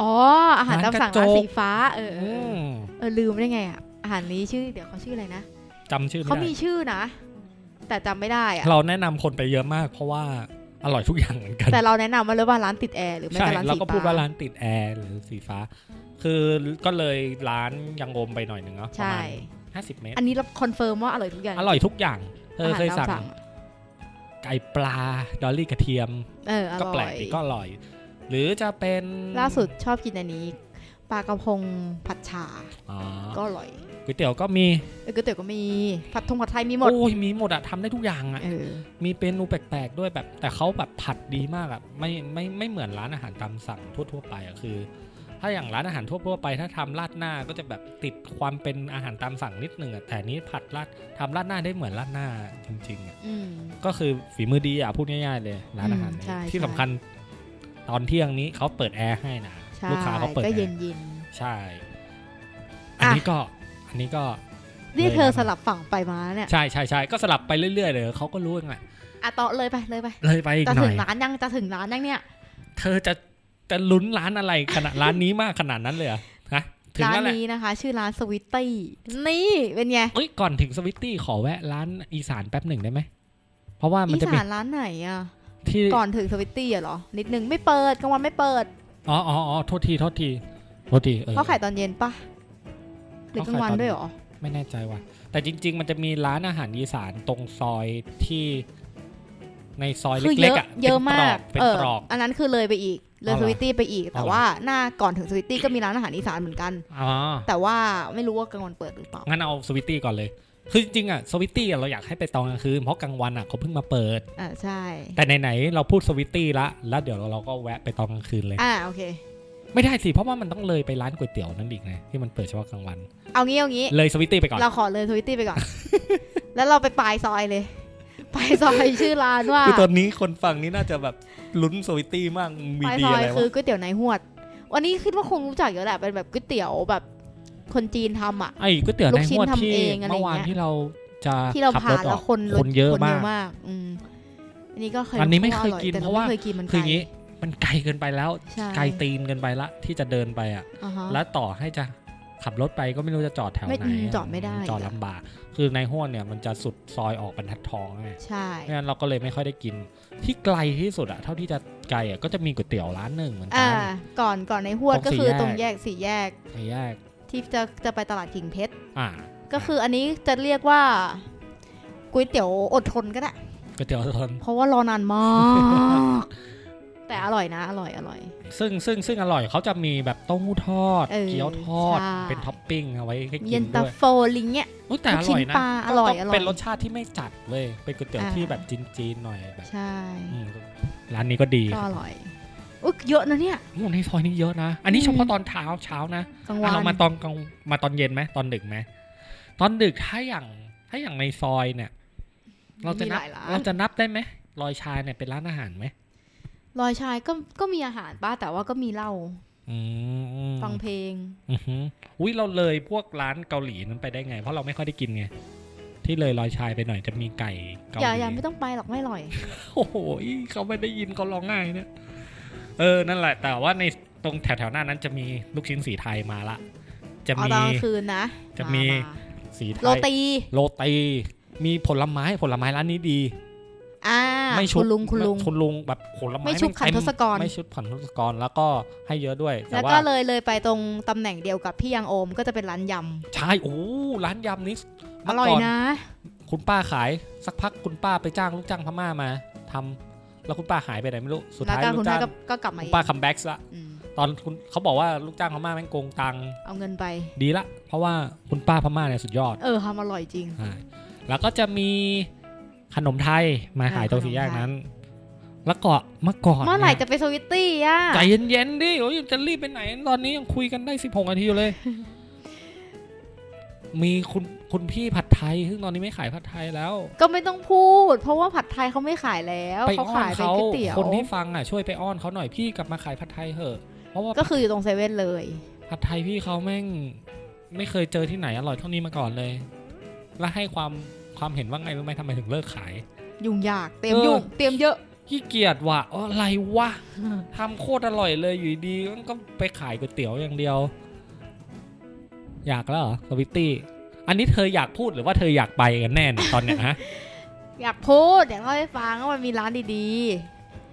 Speaker 2: อ๋อ อาหารตามสั่ง
Speaker 1: ร้า
Speaker 2: ร้าน
Speaker 1: กระ
Speaker 2: น
Speaker 1: จก
Speaker 2: สีฟ้า เออเอ
Speaker 1: อื
Speaker 2: อ
Speaker 1: ม
Speaker 2: เออลืมได้ไงอ่ะ อาหารนี้ชื่อ เดี๋ยวเขาชื่ออะไรนะ
Speaker 1: จำชื่อ
Speaker 2: เขา
Speaker 1: ไม่ได้
Speaker 2: มีชื่อนะ แต่จำไม่ได้อ่ะ
Speaker 1: เราแนะนำคนไปเยอะมาก เพราะว่าอร่อยทุกอย่างเหมือนกัน
Speaker 2: แต่เราแนะนำมาเลยว่าร้านติดแอร์หรือไม่
Speaker 1: ใช่
Speaker 2: ก็ร้าน
Speaker 1: เรา
Speaker 2: สี
Speaker 1: ก็พูดว่า
Speaker 2: ฟ้า
Speaker 1: ร้านติดแอร์หรือสีฟ้า คือก็เลยร้านยังงมไปหน่อยหนึ่งเนาะประ
Speaker 2: ใช่
Speaker 1: มาณห้าสิบเมตร
Speaker 2: อันนี้เราคอนเฟิร์มว่าอร่อยทุกอย่าง
Speaker 1: อร่อยทุกอย่าง เธอเคยสั่ง
Speaker 2: อาหารตาม
Speaker 1: ไก่ปลา ดอลลี่กระเทียม
Speaker 2: เอออ
Speaker 1: ก็แปล
Speaker 2: ร่อก ย
Speaker 1: ดีก็อร่อย หรือจะเป็น
Speaker 2: ล่าสุดชอบกินอันนี้ปลากระพงผัดฉ่า
Speaker 1: อ๋อ
Speaker 2: ก็อร่อย
Speaker 1: ก๋วยเตี๋ยวก็มี
Speaker 2: เออก๋วยเตี๋ยวก็มีผัดทงผัดไทยมีหมด
Speaker 1: โอ้ยมีหมดอะทำได้ทุกอย่างอะ
Speaker 2: เออ
Speaker 1: มีเมนูแปลกๆด้วยแบบ แต่เขาแบบผัดดีมากอะไม่ไม่ไม่เหมือนร้านอาหารตามสั่งทั่วๆไปอะคือ ถ้าอย่างร้านอาหารทั่วๆไป ถ้าทำราดหน้าก็จะแบบติดความเป็นอาหารตามสั่งนิดหนึงอะแต่อันนี้ผัดราดทำราดหน้าได้เหมือนราดหน้าจริงๆอะ
Speaker 2: อืม
Speaker 1: ก็คือฝีมือดีอะพูดง่ายๆเลยร้านอาหาร
Speaker 2: อืมใช่
Speaker 1: ที่
Speaker 2: ใช่
Speaker 1: สำคัญตอนเที่ยงนี้เขาเปิดแอร์ให้นะ
Speaker 2: ใช่
Speaker 1: ลูกค้าเขาเปิด
Speaker 2: ก็
Speaker 1: แอ
Speaker 2: เย็น
Speaker 1: ร์
Speaker 2: เย็น
Speaker 1: ใช่ อันนี้ก็ อันนี้ก็
Speaker 2: ๆ นี่เธอสลับฝั่งไปมาเนี่ย
Speaker 1: ใช่ใช่ใช่ก็สลับไปเรื่อยๆเลยเขาก็รู้เองแหละ
Speaker 2: อ่ะต่อเลยไปเลยไป
Speaker 1: เลยไปอีก
Speaker 2: จะ
Speaker 1: หน่
Speaker 2: ถึ
Speaker 1: อย
Speaker 2: งร้านยังจะถึงร้านยังเนี่ย
Speaker 1: เธอจะจะลุ้นร้านอะไรขนาด ร้านนี้มากขนาดนั้นเลยเหรอฮะถึง
Speaker 2: ร้าน
Speaker 1: แล้วแหละ
Speaker 2: นี้นะคะ ชื่อร้านสวิตตี้นี่เป็นไง
Speaker 1: เอ้ยก่อนถึงสวิตตี้ขอแวะร้านอีสานแป๊บหนึ่งได้ไหม เพราะว่ามัน
Speaker 2: อี
Speaker 1: จะมี
Speaker 2: สานร้านไหนอ่ะ
Speaker 1: ที่
Speaker 2: ก่อนถึงสวิตตี้อะเหรอ นิดนึงไม่เปิดกลางวันไม่เปิด
Speaker 1: อ๋ออ๋ออ๋อโทษทีโทษทีโทษทีเออ
Speaker 2: เขาขายตอนเย็นปะหรือกลางวัน
Speaker 1: เขาขายตอน
Speaker 2: ด้วยเหรอ
Speaker 1: ไม่แน่ใจว่ะ แต่จริง ๆ มันจะมีร้านอาหารอีสานตรงซอยที่ในซอย
Speaker 2: คือเย
Speaker 1: เล็กๆ
Speaker 2: อะ
Speaker 1: อ่ะ
Speaker 2: เยอะ
Speaker 1: ป็นตร
Speaker 2: มาก
Speaker 1: เป็น
Speaker 2: เออ
Speaker 1: ตรอก
Speaker 2: อันนั้นคือเลยไปอีกเลย
Speaker 1: อ๋อเหร
Speaker 2: ส
Speaker 1: อ
Speaker 2: วิตตี้ไปอีก
Speaker 1: อ๋อ
Speaker 2: แต่
Speaker 1: เหรอ
Speaker 2: ว่าหน้าก่อนถึงสวิตตี้ก็มีร้านอาหารอีสานเหมือนกัน
Speaker 1: อ๋อ
Speaker 2: แต่ว่าไม่รู้ว่ากลางวันเปิด
Speaker 1: [laughs]
Speaker 2: หรือเปล่า
Speaker 1: งั้นเอาสวิตตี้ก่อนเลย คือจริงๆอ่ะสวิตตี้อะเราอยากให้ไปตอนกลางคืนเพราะกลางวันอ่ะเขาเพิ่งมาเปิด
Speaker 2: อ่าใช่
Speaker 1: แต่ไหนๆเราพูดสวิตตี้ละแล้วเดี๋ยวเราก็แวะไปตอนกลางคืนเลย
Speaker 2: อ่าโอเค
Speaker 1: ไม่ได้สิเพราะว่ามันต้องเลยไปร้านก๋วยเตี๋ยวนั่นอีกไงที่มันเปิดเฉพาะกลางวัน
Speaker 2: เอางี้เอางี้
Speaker 1: เลยสวิตตี้ไปก่อน
Speaker 2: เราขอเลยทวิตตี้ไปก่อน [laughs] แล้วเราไปปลายซอยเลย ปลายซอยชื่อร้านว่า
Speaker 1: คือตอนนี้คนฟังนี่น่าจะแบบลุ้นสวิตตี้มากมี
Speaker 2: ปลาย
Speaker 1: ดี
Speaker 2: ซอย
Speaker 1: อะไร
Speaker 2: คื
Speaker 1: วะ
Speaker 2: อก๋วยเตี๋ยวนายหวด วันนี้คิดว่าคงรู้จักอยู่แหละ เป็นแบบก๋วยเตี๋ยวแบบคนจีนทำอ่ะ
Speaker 1: ไอ้ก๋วยเตี๋ยวในหัวด
Speaker 2: ลูกชิ้นทำ
Speaker 1: ที่
Speaker 2: เองอะไรอย่างเงี้ย
Speaker 1: เมื่อวานที่เราจะ
Speaker 2: ที่เรา
Speaker 1: ขับ
Speaker 2: ผ่า
Speaker 1: ถอ
Speaker 2: ร น
Speaker 1: อ
Speaker 2: แล้ว
Speaker 1: ก
Speaker 2: คน
Speaker 1: คนเยอะ
Speaker 2: คนเย
Speaker 1: มาก
Speaker 2: อะมาก อืมอันนี้ก็เคย
Speaker 1: อันนี้ไม่เคย
Speaker 2: ร่
Speaker 1: กิน
Speaker 2: แต่
Speaker 1: เพราะว่า
Speaker 2: ไม่เคยกินมัน
Speaker 1: คืออย่าง
Speaker 2: ไกล
Speaker 1: นี้มันไกลเกินไปแล้ว
Speaker 2: ใช่
Speaker 1: ไกลตีนเกินไปละที่จะเดินไปอ่ะ
Speaker 2: อ่าฮะ
Speaker 1: แล้วต่อให้จะขับรถไปก็ไม่รู้จะจอดแถว
Speaker 2: ไม่
Speaker 1: ไหน
Speaker 2: จอดไม่ได้
Speaker 1: จอดลำบากคือในห้วดเนี่ยมันจะสุดซอยออกบรรทัดทองไง
Speaker 2: ใช่
Speaker 1: ไม่งั้นเราก็เลยไม่ค่อยได้กิน ที่ไกลที่สุดอะเท่าที่จะไกลอะก็จะมีก๋วยเตี๋ยวร้านหนึ่งเหมือนกั
Speaker 2: อ่าน ก่อนก่อนในหวด
Speaker 1: ตรง
Speaker 2: ก็
Speaker 1: สี่
Speaker 2: คือ
Speaker 1: แยก
Speaker 2: ตรงแยกสี่แยก
Speaker 1: ไอ้แยก
Speaker 2: ที่จะจะไปตลาดกิ่งเพชร
Speaker 1: อ่า
Speaker 2: ก็คืออันนี้จะเรียกว่าก๋วยเตี๋ยวอดทนก็ได้
Speaker 1: ก๋วยเตี๋ยวทน
Speaker 2: เพราะว่ารอนานมาก
Speaker 1: [laughs]
Speaker 2: แต่อร่อยนะ อร่อยอร่อย
Speaker 1: ซึ่งซึ่งซึ่งอร่อยเขาจะมีแบบเต้าหู้ทอด
Speaker 2: เออ
Speaker 1: เกี๊ยวทอด
Speaker 2: ใช่
Speaker 1: เป็นท็อปปิ้งเอาไว้ให้กิ
Speaker 2: เย็
Speaker 1: น
Speaker 2: นตา
Speaker 1: ด้วย
Speaker 2: โฟลิงเงี้ย
Speaker 1: อุ๊ยแต่อ
Speaker 2: ลู
Speaker 1: ก
Speaker 2: ชิ้
Speaker 1: ร่อย
Speaker 2: น
Speaker 1: นะ
Speaker 2: ปลาอร่อย
Speaker 1: ต้ง
Speaker 2: อร่อย
Speaker 1: เป็นรสชาติที่ไม่จัดเลย เป็นก๋วยเตี๋ยว
Speaker 2: อ่า
Speaker 1: ที่แบบจีนๆหน่อยแบบ
Speaker 2: ใช่
Speaker 1: อืมร้านนี้ก็ดี
Speaker 2: ก็อร่อยอุ๊ยเยอะนะเนี่ย
Speaker 1: โอ้ในซอยนี้เยอะนะ อันนี้
Speaker 2: อืม
Speaker 1: เฉพาะตอนเช้าเช้านะ
Speaker 2: กลางวั
Speaker 1: อ่ะ
Speaker 2: น
Speaker 1: เรามาตอนกลางมาตอนเย็นไหมตอนดึกไหมตอนดึกถ้าอย่างถ้าอย่างในซอยเนี่ย เราจะ
Speaker 2: มีห
Speaker 1: นับ
Speaker 2: ลายร้าน
Speaker 1: เราจะนับได้ไหมลอยชายเนี่ยเป็นร้านอาหารไหม
Speaker 2: ลอยชายก็ก็มีอาหารป้าแต่ว่าก็มีเหล้า
Speaker 1: อืม
Speaker 2: ฟังเพลง
Speaker 1: อือหืออุ้ยเราเลยพวกร้านเกาหลีนั้นไปได้ไง เพราะเราไม่ค่อยได้กินไงที่เลยลอยชายไปหน่อยจะมีไก่เกาห
Speaker 2: อย่า
Speaker 1: ลี
Speaker 2: อย่าไม่ต้องไปหรอกไม่อร่อย
Speaker 1: โอ้โหเขาไม่ได้ยินเขาร้องไห้เนี่ยเออนั่นแหละ แต่ว่าในตรงแถวๆหน้านั้นจะมีลูกชิ้นสีไทยมาละ จะ
Speaker 2: เอา
Speaker 1: มี
Speaker 2: ตอนกลางคืนนะ
Speaker 1: จะมี
Speaker 2: า
Speaker 1: สีไท
Speaker 2: โร
Speaker 1: ย
Speaker 2: ตี
Speaker 1: โรตีมีผลไม้ผลไม้ร้านนี้ดี
Speaker 2: อ่า
Speaker 1: ไม่ชุบ
Speaker 2: คุณลุงคุณลุง
Speaker 1: คุณลุงแบบผลไม้
Speaker 2: ไม่ชุบขัน
Speaker 1: เต็
Speaker 2: ทศกร
Speaker 1: ไม่ชุบขันทศกรแล้วก็ให้เยอะด้วย แต่
Speaker 2: แล้ว
Speaker 1: ว่า
Speaker 2: ก็เลยเลยไปตรงตำแหน่งเดียวกับพี่ยังโอมก็จะเป็นร้านย
Speaker 1: ใช่โอ้ร้านยำนี้
Speaker 2: ำอ
Speaker 1: เมื่
Speaker 2: ร่อย
Speaker 1: ก่น
Speaker 2: นะ
Speaker 1: คุณป้าขายสักพักคุณป้าไปจ้างลูกจ้างพม่ามาทำแล้วคุณป้าหายไปไหนไม่รู้สุด
Speaker 2: แล้ว
Speaker 1: ท้าย
Speaker 2: ก็
Speaker 1: ลู
Speaker 2: คุ
Speaker 1: ก
Speaker 2: ณแม่
Speaker 1: จ้าง
Speaker 2: ก็ก็กลับมา
Speaker 1: คุณ
Speaker 2: อีก
Speaker 1: ป้าคัมแบ็กละ
Speaker 2: อืม
Speaker 1: ตอนคุณเขาบอกว่าลูกจ้างพม่าแม่งโกงตังค์
Speaker 2: เอาเงินไป
Speaker 1: ดีละ เพราะว่าคุณป้าพม่าเนี่ยสุดยอด
Speaker 2: เออทำอร่อยจริง
Speaker 1: ใช่แล้วก็จะมีขนมไทยมาขายตรงสี่แยกนั้น แล้วก็เมื่อก่อน
Speaker 2: เมื่อไหร่
Speaker 1: นี่ย
Speaker 2: จะไปสวิตตี้อ่ะ
Speaker 1: ใจเย็นๆดิโอ้ยจะรีบไปไหน ตอนนี้ยังคุยกันได้สิบหกนาทีอยู่
Speaker 2: [laughs]
Speaker 1: เลย มีคุณคุณพี่ผัดไทย ซึ่งตอนนี้ไม่ขายผัดไทยแล้ว
Speaker 2: ก็ไม่ต้องพูด เพราะว่าผัดไทยเขาไม่ขายแล้ว
Speaker 1: ไป
Speaker 2: เขา
Speaker 1: อ้อน
Speaker 2: ขายเป็น
Speaker 1: เขา
Speaker 2: ก๋วยเตี๋ยว
Speaker 1: คนที่ฟังอ่ะช่วยไปอ้อนเขาหน่อยพี่กลับมาขายผัดไทยเถอะ เพราะว่า
Speaker 2: ก็คืออยู่ตรงเซเว่นเลย
Speaker 1: ผัดไทยพี่เขาแม่ง ไม่เคยเจอที่ไหนอร่อยเท่านี้มาก่อนเลย และให้ความความเห็นว่าไงรู้ไหมทำไมถึงเลิกขาย
Speaker 2: ยุ่งยากเตรียม
Speaker 1: เออ
Speaker 2: ยุ่งเตรียมเยอะ
Speaker 1: ขี้เกียจว่ะอะไรวะทำโคตรอร่อยเลยอยู่ดีๆมันก็ไปขายก๋วยเตี๋ยวอย่างเดียว อยากแล้วเหรอสวิตตี้ อันนี้เธออยากพูดหรือว่าเธออยากไปกันแน่เนี่ยตอนเนี้ยฮะ
Speaker 2: อยากพูดอยากเล่าให้ฟังว่ามันมีร้านดี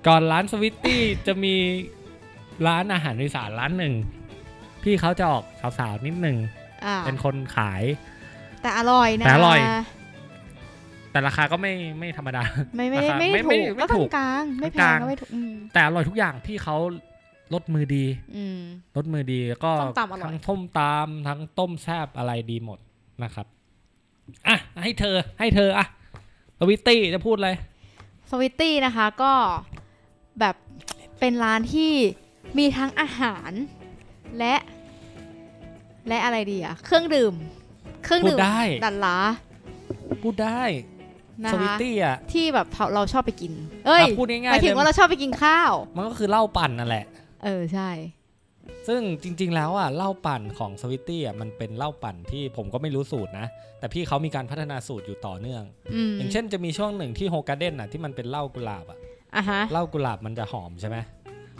Speaker 1: ก่อนร้านสวิตตี้จะมีร้านอาหารอีสานร้านหนึ่ง พี่เขาจะออกสาวๆนิดหนึ่ง
Speaker 2: ๆอ่า
Speaker 1: เป็นคนขาย
Speaker 2: แต่อร่อยนะ
Speaker 1: แต่อร่อย แต่ราคาก็ไม่ไม่ธรรมดา
Speaker 2: ไม่ไม่ได้
Speaker 1: ราคา
Speaker 2: ไม่
Speaker 1: ไม่
Speaker 2: ได้
Speaker 1: ไม่
Speaker 2: ถูก
Speaker 1: ไม่
Speaker 2: ก็
Speaker 1: ถูก
Speaker 2: กลางๆไม่แพ
Speaker 1: กลาง ง
Speaker 2: ก็ไม่ถูกอืม
Speaker 1: แต่อร่อยทุกอย่างพี่เขาลดมือดี
Speaker 2: อืม
Speaker 1: รสมือดีแล้วก็
Speaker 2: ส้มตำอร่อย
Speaker 1: ทั้งส้มตำทั้งต้มแซบอะไรดีหมดนะครับอ่ะให้เธอให้เธออ่ะสวิตตี้จะพูดอะไร
Speaker 2: สวิตตี้นะคะก็แบบเป็นร้านที่มีทั้งอาหารและ และอะไรดีอะเครื่องดื่ม เครื่อง
Speaker 1: พูด
Speaker 2: ดื่ม
Speaker 1: ได้
Speaker 2: ดันล้า
Speaker 1: พูดได้
Speaker 2: นะ
Speaker 1: สวิต
Speaker 2: คะ
Speaker 1: ตี้อ่ะ
Speaker 2: ที่แบบเราชอบไปกิน เอ้ย
Speaker 1: อ่ะพูดง่า
Speaker 2: หมาย
Speaker 1: ๆ
Speaker 2: ยถึ
Speaker 1: เล
Speaker 2: ง
Speaker 1: ย
Speaker 2: ว่าเราชอบไปกินข้าว
Speaker 1: มันก็คือเหล้าปั่นนั่นแหละ
Speaker 2: เออใช่
Speaker 1: ซึ่งจริง ๆ แล้วอ่ะเหล้าปั่นของสวิตตี้อ่ะมันเป็นเหล้าปั่นที่ผมก็ไม่รู้สูตรนะ แต่พี่เขามีการพัฒนาสูตรอยู่ต่อเนื่อง
Speaker 2: อืม
Speaker 1: อย่างเช่นจะมีช่วงหนึ่งที่โฮกาเด้นอ่ะที่มันเป็นเหล้ากุหลาบอ่ะ
Speaker 2: อ่ะฮะ
Speaker 1: เหล้ากุหลาบมันจะหอมใช่ไหม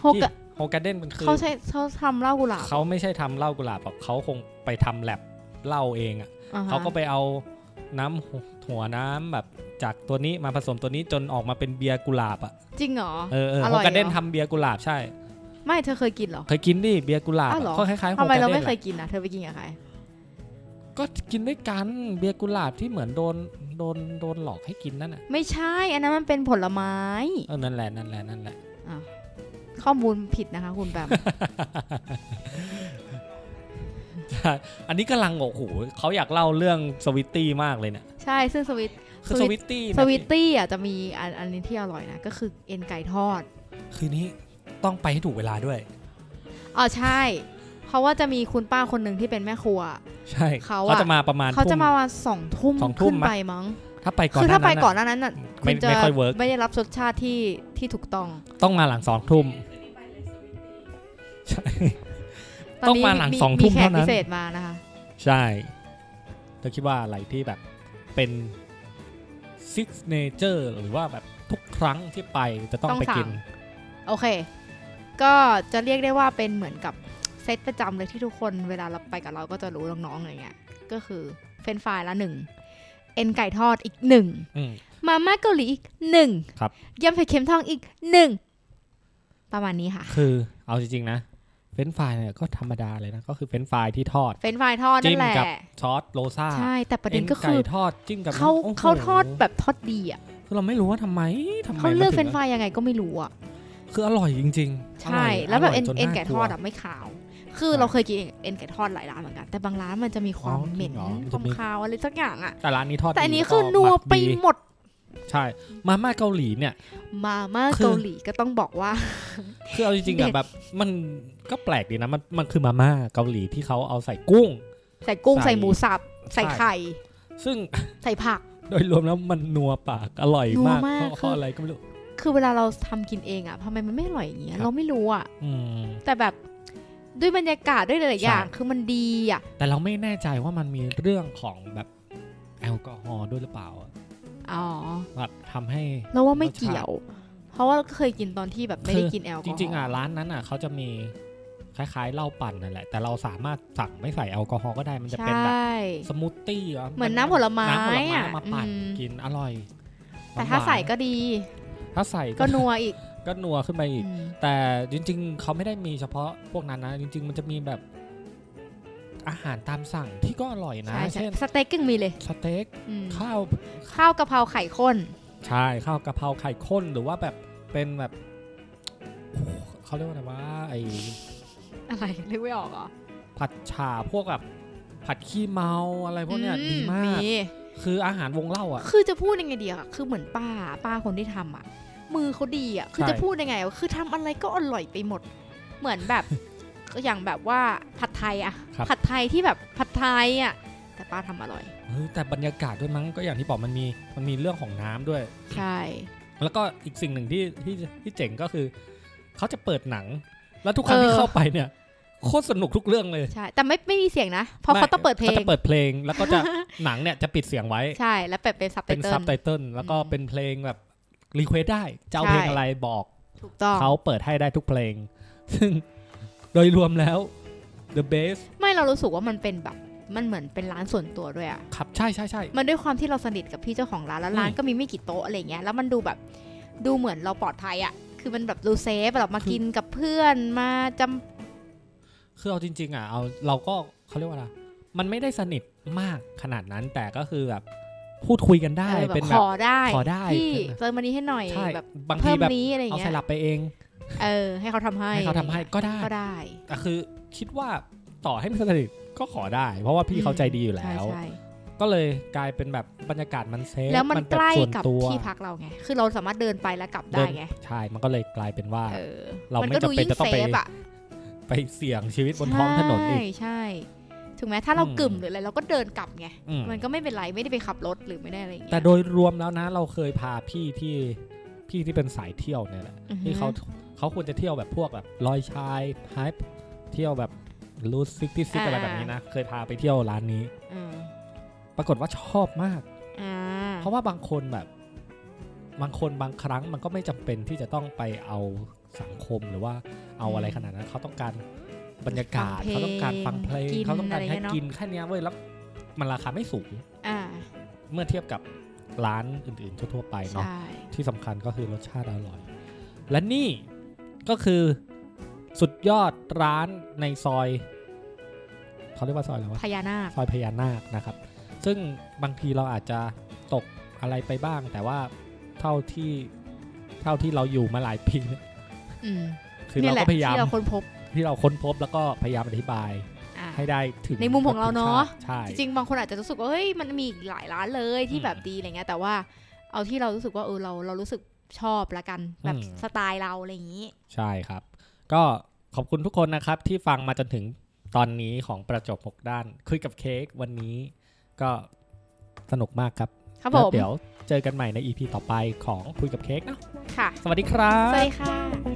Speaker 2: โฮกะ
Speaker 1: ที่โฮกาเด้นมันคือ
Speaker 2: เขาใช้เขาทำเหล้ากุหลาบ
Speaker 1: เขาไม่ใช่ทำเหล้ากุหลาบหรอกเขาคงไปทำแลบเหล้าเองอะ
Speaker 2: อ่ะฮะ
Speaker 1: เขาก็ไปเอาน้ำหัวน้ำแบบจากตัวนี้มาผสมตัวนี้จนออกมาเป็นเบียร์กุหลาบอะ
Speaker 2: จริงเหรอ
Speaker 1: เออเออ
Speaker 2: อ
Speaker 1: โฮ
Speaker 2: ร่อยเหรอ
Speaker 1: กาเด้นทำเบียร์กุหลาบใช่
Speaker 2: ไม่เธอเคยกินเหรอ
Speaker 1: เคยกินดิเบียร์กุหลาบ
Speaker 2: อ้าวเหรอ
Speaker 1: ก็คล้ายๆโฮ
Speaker 2: ทำไม
Speaker 1: กา
Speaker 2: เรา
Speaker 1: เด้
Speaker 2: ไม่
Speaker 1: น
Speaker 2: เค
Speaker 1: แห
Speaker 2: ย
Speaker 1: ละ
Speaker 2: กินนะเธอไปกินกับใคร
Speaker 1: ก็กินด้วยกันเบียร์กุหลาบที่เหมือนโดนโดนโดนหลอกให้กินนั่นน่ะ
Speaker 2: ไม่ใช่อันนั้นมันเป็นผลไม้
Speaker 1: เออนั่นแหละนั่นแหละนั่นแหละ
Speaker 2: ข้อมูลผิดนะคะคุณแปม
Speaker 1: อันนี้กำลังโอ้โหเขาอยากเล่าเรื่องสวิตตี้มากเลยเนี่ย
Speaker 2: ใช่ซึ่งสวิต
Speaker 1: คือ
Speaker 2: ส
Speaker 1: ส
Speaker 2: วิ
Speaker 1: วิ
Speaker 2: ต
Speaker 1: ตตี้
Speaker 2: ส
Speaker 1: เนี่ย
Speaker 2: วิตตี้อ่ะจะมีอันอันนี้ที่อร่อยนะ ก็คือเอ็นไก่ทอด
Speaker 1: คืนนี้ต้องไปให้ถูกเวลาด้วย
Speaker 2: อ๋อใช่ เพราะว่าจะมีคุณป้าคนหนึ่งที่เป็นแม่ครัว
Speaker 1: ใช่
Speaker 2: เขาอะ
Speaker 1: เขาจะมาประมาณ
Speaker 2: เขาจะ
Speaker 1: ทุ่
Speaker 2: มาวันสองทุ่ม
Speaker 1: สองทุ่ม
Speaker 2: ขึ้นไปมั้ง
Speaker 1: ถ้าไปก่อน
Speaker 2: คือ
Speaker 1: ห
Speaker 2: ถ้าไป
Speaker 1: ะ
Speaker 2: ก่อนหน้านั้นน่ะคุ
Speaker 1: ไม่
Speaker 2: ณจะ
Speaker 1: ไม่ค่อยเวิร์ก
Speaker 2: ไม่ได้รับรสชาติที่ที่ถูกต้อง
Speaker 1: ต้องมาหลังสองทุ่มใช่
Speaker 2: นนี้
Speaker 1: ต้องมาหลังสองทุ่ม
Speaker 2: แขก
Speaker 1: เท่านั้น
Speaker 2: พิเศษมานะคะ
Speaker 1: ใช่เธอคิดว่าอะไรที่แบบเป็นซิกเนเจอร์หรือว่าแบบทุกครั้งที่ไปจะต้อง
Speaker 2: ต้อง
Speaker 1: ไป
Speaker 2: สั่ง
Speaker 1: กิน
Speaker 2: โอเค ก็จะเรียกได้ว่าเป็นเหมือนกับเซตประจำเลยที่ทุกคนเวลาเราไปกับเราก็จะรู้น้องๆอะไรเงี้ยก็คือเฟรนช์ฟรายละหนึ่งเอ็นไก่ทอดอีกหนึ่ง
Speaker 1: อืม
Speaker 2: มาม่าเกาหลีอีกหนึ่ง
Speaker 1: ครับ
Speaker 2: ยำไข่เค็มทองอีกหนึ่งประมาณนี้ค่ะ
Speaker 1: คือเอาจริงๆนะ เฟรนช์ฟรายเนี่ยก็ธรรมดาเลยนะ ก็คือเฟรนช์ฟรายที่ทอด
Speaker 2: เฟรนช์ฟรายทอด
Speaker 1: จิ้
Speaker 2: นั่
Speaker 1: ม
Speaker 2: นแหละ
Speaker 1: กัซอสโรซ่า
Speaker 2: ใช่ แต่ประเด็นก็
Speaker 1: อ็
Speaker 2: คือ
Speaker 1: ไทอดจิ้มกับ
Speaker 2: เขา
Speaker 1: โโห
Speaker 2: เขาทอดแบบทอดดีอ่ะ
Speaker 1: คือเราไม่รู้ว่าทำไมทำไม
Speaker 2: เขาเลือก
Speaker 1: มั
Speaker 2: เฟร
Speaker 1: ถึ
Speaker 2: น
Speaker 1: ง
Speaker 2: ช์ฟรายยังไงก็ไม่รู้อ่ะ
Speaker 1: คืออร่อยจริงๆอ
Speaker 2: ใช่
Speaker 1: ร่อย
Speaker 2: แล้วแบบ
Speaker 1: ร่ย
Speaker 2: เอ็น
Speaker 1: จ
Speaker 2: เอ็นไก่
Speaker 1: าก
Speaker 2: ท
Speaker 1: ลัว
Speaker 2: อดอ่ะไม่ขาว คือ
Speaker 1: ใช่
Speaker 2: เราเคยกินเอ็นไก่ทอดหลายร้านเหมือนกัน แต่บางร้านมันจะมีความ
Speaker 1: อ๋อ
Speaker 2: เหม็น
Speaker 1: จริงเหรอมัน
Speaker 2: ค
Speaker 1: จะ
Speaker 2: วาม
Speaker 1: มี
Speaker 2: คาวอะไรสักอย่างอ่ะ
Speaker 1: แต่ร้านนี้ทอด
Speaker 2: แต่อันนี้
Speaker 1: ดี
Speaker 2: คือ
Speaker 1: ก็
Speaker 2: นัว
Speaker 1: หมัก
Speaker 2: ไป
Speaker 1: ดี
Speaker 2: หมด
Speaker 1: ใช่มาม่าเกาหลีเนี่ย
Speaker 2: มาม่า
Speaker 1: คือ
Speaker 2: เกาหลีก็ต้องบอกว่า
Speaker 1: คือเอาจริงๆ
Speaker 2: เด็
Speaker 1: อะ
Speaker 2: ด
Speaker 1: แบบมันก็แปลกดีนะมันมันคือมาม่าเกาหลีที่เขาเอาใส่กุ้ง
Speaker 2: ใส่กุ้ง
Speaker 1: ใส่
Speaker 2: ใส่หมูสับ ใส่
Speaker 1: ใช่
Speaker 2: ไข่
Speaker 1: ซึ่ง [laughs]
Speaker 2: ใส่ผัก
Speaker 1: โดยรวมแล้วมันนัวปากอร่อยมาก
Speaker 2: นัวมาก
Speaker 1: เพราะเพ
Speaker 2: คือ
Speaker 1: ราะอะไรก็ไม่รู้
Speaker 2: คือเวลาเราทำกินเองอ่ะทำไมมันไม่อร่อยอย่างเงี้
Speaker 1: ค
Speaker 2: ย
Speaker 1: รับ
Speaker 2: เราไม่รู้อ่ะ
Speaker 1: อืม
Speaker 2: แต่แบบด้วยบรรยากาศด้วยหลายๆอย่าง
Speaker 1: ใช่
Speaker 2: คือมันดีอ่ะ
Speaker 1: แต่เราไม่แน่ใจว่ามันมีเรื่องของแบบแอลกอฮอล์ด้วยหรือเปล่า
Speaker 2: อ๋อ
Speaker 1: แบบทำให้
Speaker 2: เราว่าไม่เกี่ยว เพราะว่าเราก็เคยกินตอนที่แบบไม่ได้
Speaker 1: คือ
Speaker 2: กินแอลกอฮอ
Speaker 1: จ
Speaker 2: ล์
Speaker 1: ริง ๆ อ่ะร้านนั้นอ่ะเขาจะมีคล้ายๆเหล้าปั่นนั่นแหละ แต่เราสามารถสั่งไม่ใส่แอลกอฮอล์ก็ได้มันจะ
Speaker 2: ใช
Speaker 1: เป็นแบบ
Speaker 2: ่
Speaker 1: สมูทตี้หร
Speaker 2: เหมือนน้ำผลไม้
Speaker 1: น้ำผลไม้
Speaker 2: อ่ะ
Speaker 1: มาปั่น
Speaker 2: อืม
Speaker 1: กินอร่อย
Speaker 2: แต่ถ้า
Speaker 1: หวนๆ
Speaker 2: ใส่ก็ดี
Speaker 1: ถ้าใส่
Speaker 2: ก็
Speaker 1: ก็
Speaker 2: นัวอีก
Speaker 1: ก็นัวขึ้นไปอีก
Speaker 2: อืม
Speaker 1: แต่จริง ๆ เขาไม่ได้มีเฉพาะพวกนั้นนะ จริง ๆ มันจะมีแบบอาหารตามสั่งที่ก็อร่อยนะ
Speaker 2: ใช่ใช่
Speaker 1: เช่น
Speaker 2: สเต็กก็ยังมีเลย
Speaker 1: สเต็ก
Speaker 2: อืม
Speaker 1: ข้าว
Speaker 2: ข้าวกะเพราไข่ข้น
Speaker 1: ใช่ข้าวกะเพราไข่ข้นหรือว่าแบบเป็นแบบโอ้โหเขาเรียกว่าอะไรว่าไอ
Speaker 2: อะไรเรียกไม่ออกเหรอ
Speaker 1: ผัดฉ่าพวกแบบผัดขี้เมาอะไรพวกเนี้ย
Speaker 2: อื
Speaker 1: ดีมาก คืออาหารวงเล่าอ่ะ
Speaker 2: คือจะพูดยังไงดีอะคือเหมือนป้าป้าคนที่ทำอะมือเขาดีอะคือ
Speaker 1: ใช่
Speaker 2: จะพูดยังไงอะคือทำอะไรก็อร่อยไปหมด เหมือนแบบ [laughs] ก็อย่างแบบว่าผัดไทยอะผัดไทยที่แบบผัดไทยอะแต่ป้าทำอร่อย
Speaker 1: เออแต่บรรยากาศด้วยมั้งก็อย่างที่บอกมันมีมันมีเรื่องของน้ำด้วย
Speaker 2: ใช่
Speaker 1: แล้วก็อีกสิ่งหนึ่งที่ที่ที่เจ๋งก็คือ เขาจะเปิดหนัง แล้วทุกครั้งที่
Speaker 2: เออ
Speaker 1: เข้าไปเนี่ยโคตรสนุกทุกเรื่องเลย
Speaker 2: ใช่ แต่ไม่ไม่มีเสียงนะ เพราะเขาต้องเปิดเพล
Speaker 1: เขา
Speaker 2: ง
Speaker 1: จะเปิดเพลงแล้วก็
Speaker 2: [laughs]
Speaker 1: จะ หนังเนี่ยจะปิดเสียงไว้
Speaker 2: ใช่แล้วเปิดเป็นซับไต
Speaker 1: เป็น
Speaker 2: เติ
Speaker 1: ซั
Speaker 2: ล
Speaker 1: บไตเติลแล้วก็
Speaker 2: อืม
Speaker 1: เป็นเพลงแบบรีเควสได้จะเอาเพลง
Speaker 2: ใช่
Speaker 1: อะไรบอก
Speaker 2: ถูกต้อง
Speaker 1: เขาเปิดให้ได้ทุกเพลง ซึ่งโดยรวมแล้ว The Base
Speaker 2: ไม่เรารู้สึกว่ามันเป็นแบบ มันเหมือนเป็นร้านส่วนตัวด้วยอะ
Speaker 1: ครับใช่ใช่ใช่
Speaker 2: มันด้วยความที่เราสนิทกับพี่เจ้าของร้านแล้วร้าน
Speaker 1: อืม
Speaker 2: ก็มีไม่กี่โต๊ะอะไรเงี้ยแล้วมันดูแบบดูเหมือนเราปลอดภัยอะ่ะคือมันแบบดูเซฟแบบมา
Speaker 1: คือ
Speaker 2: กินกับเพื่อนมาจำ
Speaker 1: คือเอาจริง ๆ อ่ะเอาเราก็เขาเรียกว่าอะไรมันไม่ได้สนิทมากขนาดนั้นแต่ก็คือแบบพูดคุยกันได้
Speaker 2: เออแบ
Speaker 1: เป็น
Speaker 2: บ
Speaker 1: แบ
Speaker 2: ข
Speaker 1: บ
Speaker 2: อได้
Speaker 1: ขอได้
Speaker 2: พี่
Speaker 1: ขึ้นมา
Speaker 2: เติมมันนี้ให้หน่อย
Speaker 1: ใช่
Speaker 2: แบบ
Speaker 1: บางที
Speaker 2: เพิ่ม
Speaker 1: แบบ
Speaker 2: นี้อะไร
Speaker 1: เอา
Speaker 2: เงี้
Speaker 1: ใส่
Speaker 2: ย
Speaker 1: หลับไปเอง
Speaker 2: เออให้เขาทำให้
Speaker 1: ให้เขาทำให้ก็ได้
Speaker 2: ก็ได้
Speaker 1: แต่คือคิดว่าต่อให้ไม่สนิทก็ขอได้ เพราะว่าพี่
Speaker 2: อืม
Speaker 1: เขาใจดีอยู่แล้
Speaker 2: ใช่
Speaker 1: ว
Speaker 2: ใช่
Speaker 1: ก็เลยกลายเป็นแบบบรรยากาศมันเซฟ
Speaker 2: แล้วมัน
Speaker 1: เป็
Speaker 2: ใกล้
Speaker 1: ส่วน
Speaker 2: กับ
Speaker 1: ตัว
Speaker 2: ที่พักเราไงคือเราสามารถเดินไปแล้วกลับได้ไง
Speaker 1: ใช่ มันก็เลยกลายเป็นว่า
Speaker 2: เออ
Speaker 1: เรา
Speaker 2: มัน
Speaker 1: ไม่
Speaker 2: ก็ดู
Speaker 1: จำเป็น
Speaker 2: ยิ่ง
Speaker 1: จะต้อง
Speaker 2: เซ
Speaker 1: ไป
Speaker 2: ฟอ่ะ
Speaker 1: ไปเสี่ยงชีวิตบนท้องถนนอีก
Speaker 2: ใช่ใช่ถึงแม้ถ้าเรา
Speaker 1: อืม
Speaker 2: กึ่มหรืออะไรเราก็เดินกลับไง
Speaker 1: อืม
Speaker 2: มันก็ไม่เป็นไรไม่ได้ไปขับรถหรือไม่ได้อะไรอย่างเงี้ย
Speaker 1: แต่โดยรวมแล้วนะ เราเคยพาพี่ที่พี่ที่เป็นสายเที่ยวเนี่ยแหละ
Speaker 2: อือฮึ
Speaker 1: ที่เขาเขาควรจะเที่ยวแบบพวกแบบลอยชายฮายเที่ยวแบบรูทซิกที่ซิกอะไรแบบนี้นะเคยพาไปเที่ยวร้านนี้
Speaker 2: อืม
Speaker 1: ปรากฏว่าชอบมาก
Speaker 2: อ่า
Speaker 1: เพราะว่าบางคนแบบ บางคนบางครั้งมันก็ไม่จำเป็นที่จะต้องไปเอาสังคมหรือว่าเอาอะไรขนาดนั้นเขาต้องการบรรยากาศ เขาต้องการฟังเพลงเขาต้องการแค่กินแค่เนี้ยเว้ยแล้วมันราคาไม่สูง
Speaker 2: อ่า
Speaker 1: เมื่อเทียบกับร้านอื่นๆ ทั่วๆไปเนาะ
Speaker 2: ใช่
Speaker 1: ที่สำคัญก็คือรสชาติอร่อย และนี่ก็คือสุดยอดร้านในซอยเขาเรียกว่าซอยอะไรวะ
Speaker 2: พญานาค
Speaker 1: ซอยพญานาคนะครับ ซึ่งบางทีเราอาจจะตกอะไรไปบ้าง แต่ว่าเท่าที่เท่าที่เราอยู่มาหลายปีเนี่ย
Speaker 2: อืม
Speaker 1: คือ
Speaker 2: นี่
Speaker 1: เรา
Speaker 2: แหละ
Speaker 1: ก็พยายาม
Speaker 2: ที่เราค้นพบ
Speaker 1: ที่เราค้นพบแล้วก็พยายามอธิบาย
Speaker 2: อ่า
Speaker 1: ให้ได้ถึง
Speaker 2: ในมุมของเราเนอะ
Speaker 1: ใช่
Speaker 2: จริงๆ บางคนอาจจะรู้สึกว่าเฮ้ยมันมีอีกหลายร้านเลยที่แบบดีอะไรเงี้ยแต่ว่าเอาที่เรารู้สึกว่าเออเราเรารู้สึกชอบละกันแบบสไตล์เราอะไรอย่างนี้
Speaker 1: ใช่ครับ ก็ขอบคุณทุกคนนะครับ ที่ฟังมาจนถึงตอนนี้ของประจบหกด้าน คุยกับเค้กวันนี้ก็สนุกมากครับ
Speaker 2: ครับผ
Speaker 1: แล้ว
Speaker 2: ม
Speaker 1: เดี๋ยวเจอกันใหม่ใน EP ต่อไปของคุยกับเค้กนะ
Speaker 2: ค่ะ
Speaker 1: สวัสดีครับ
Speaker 2: สวัสดีค่ะ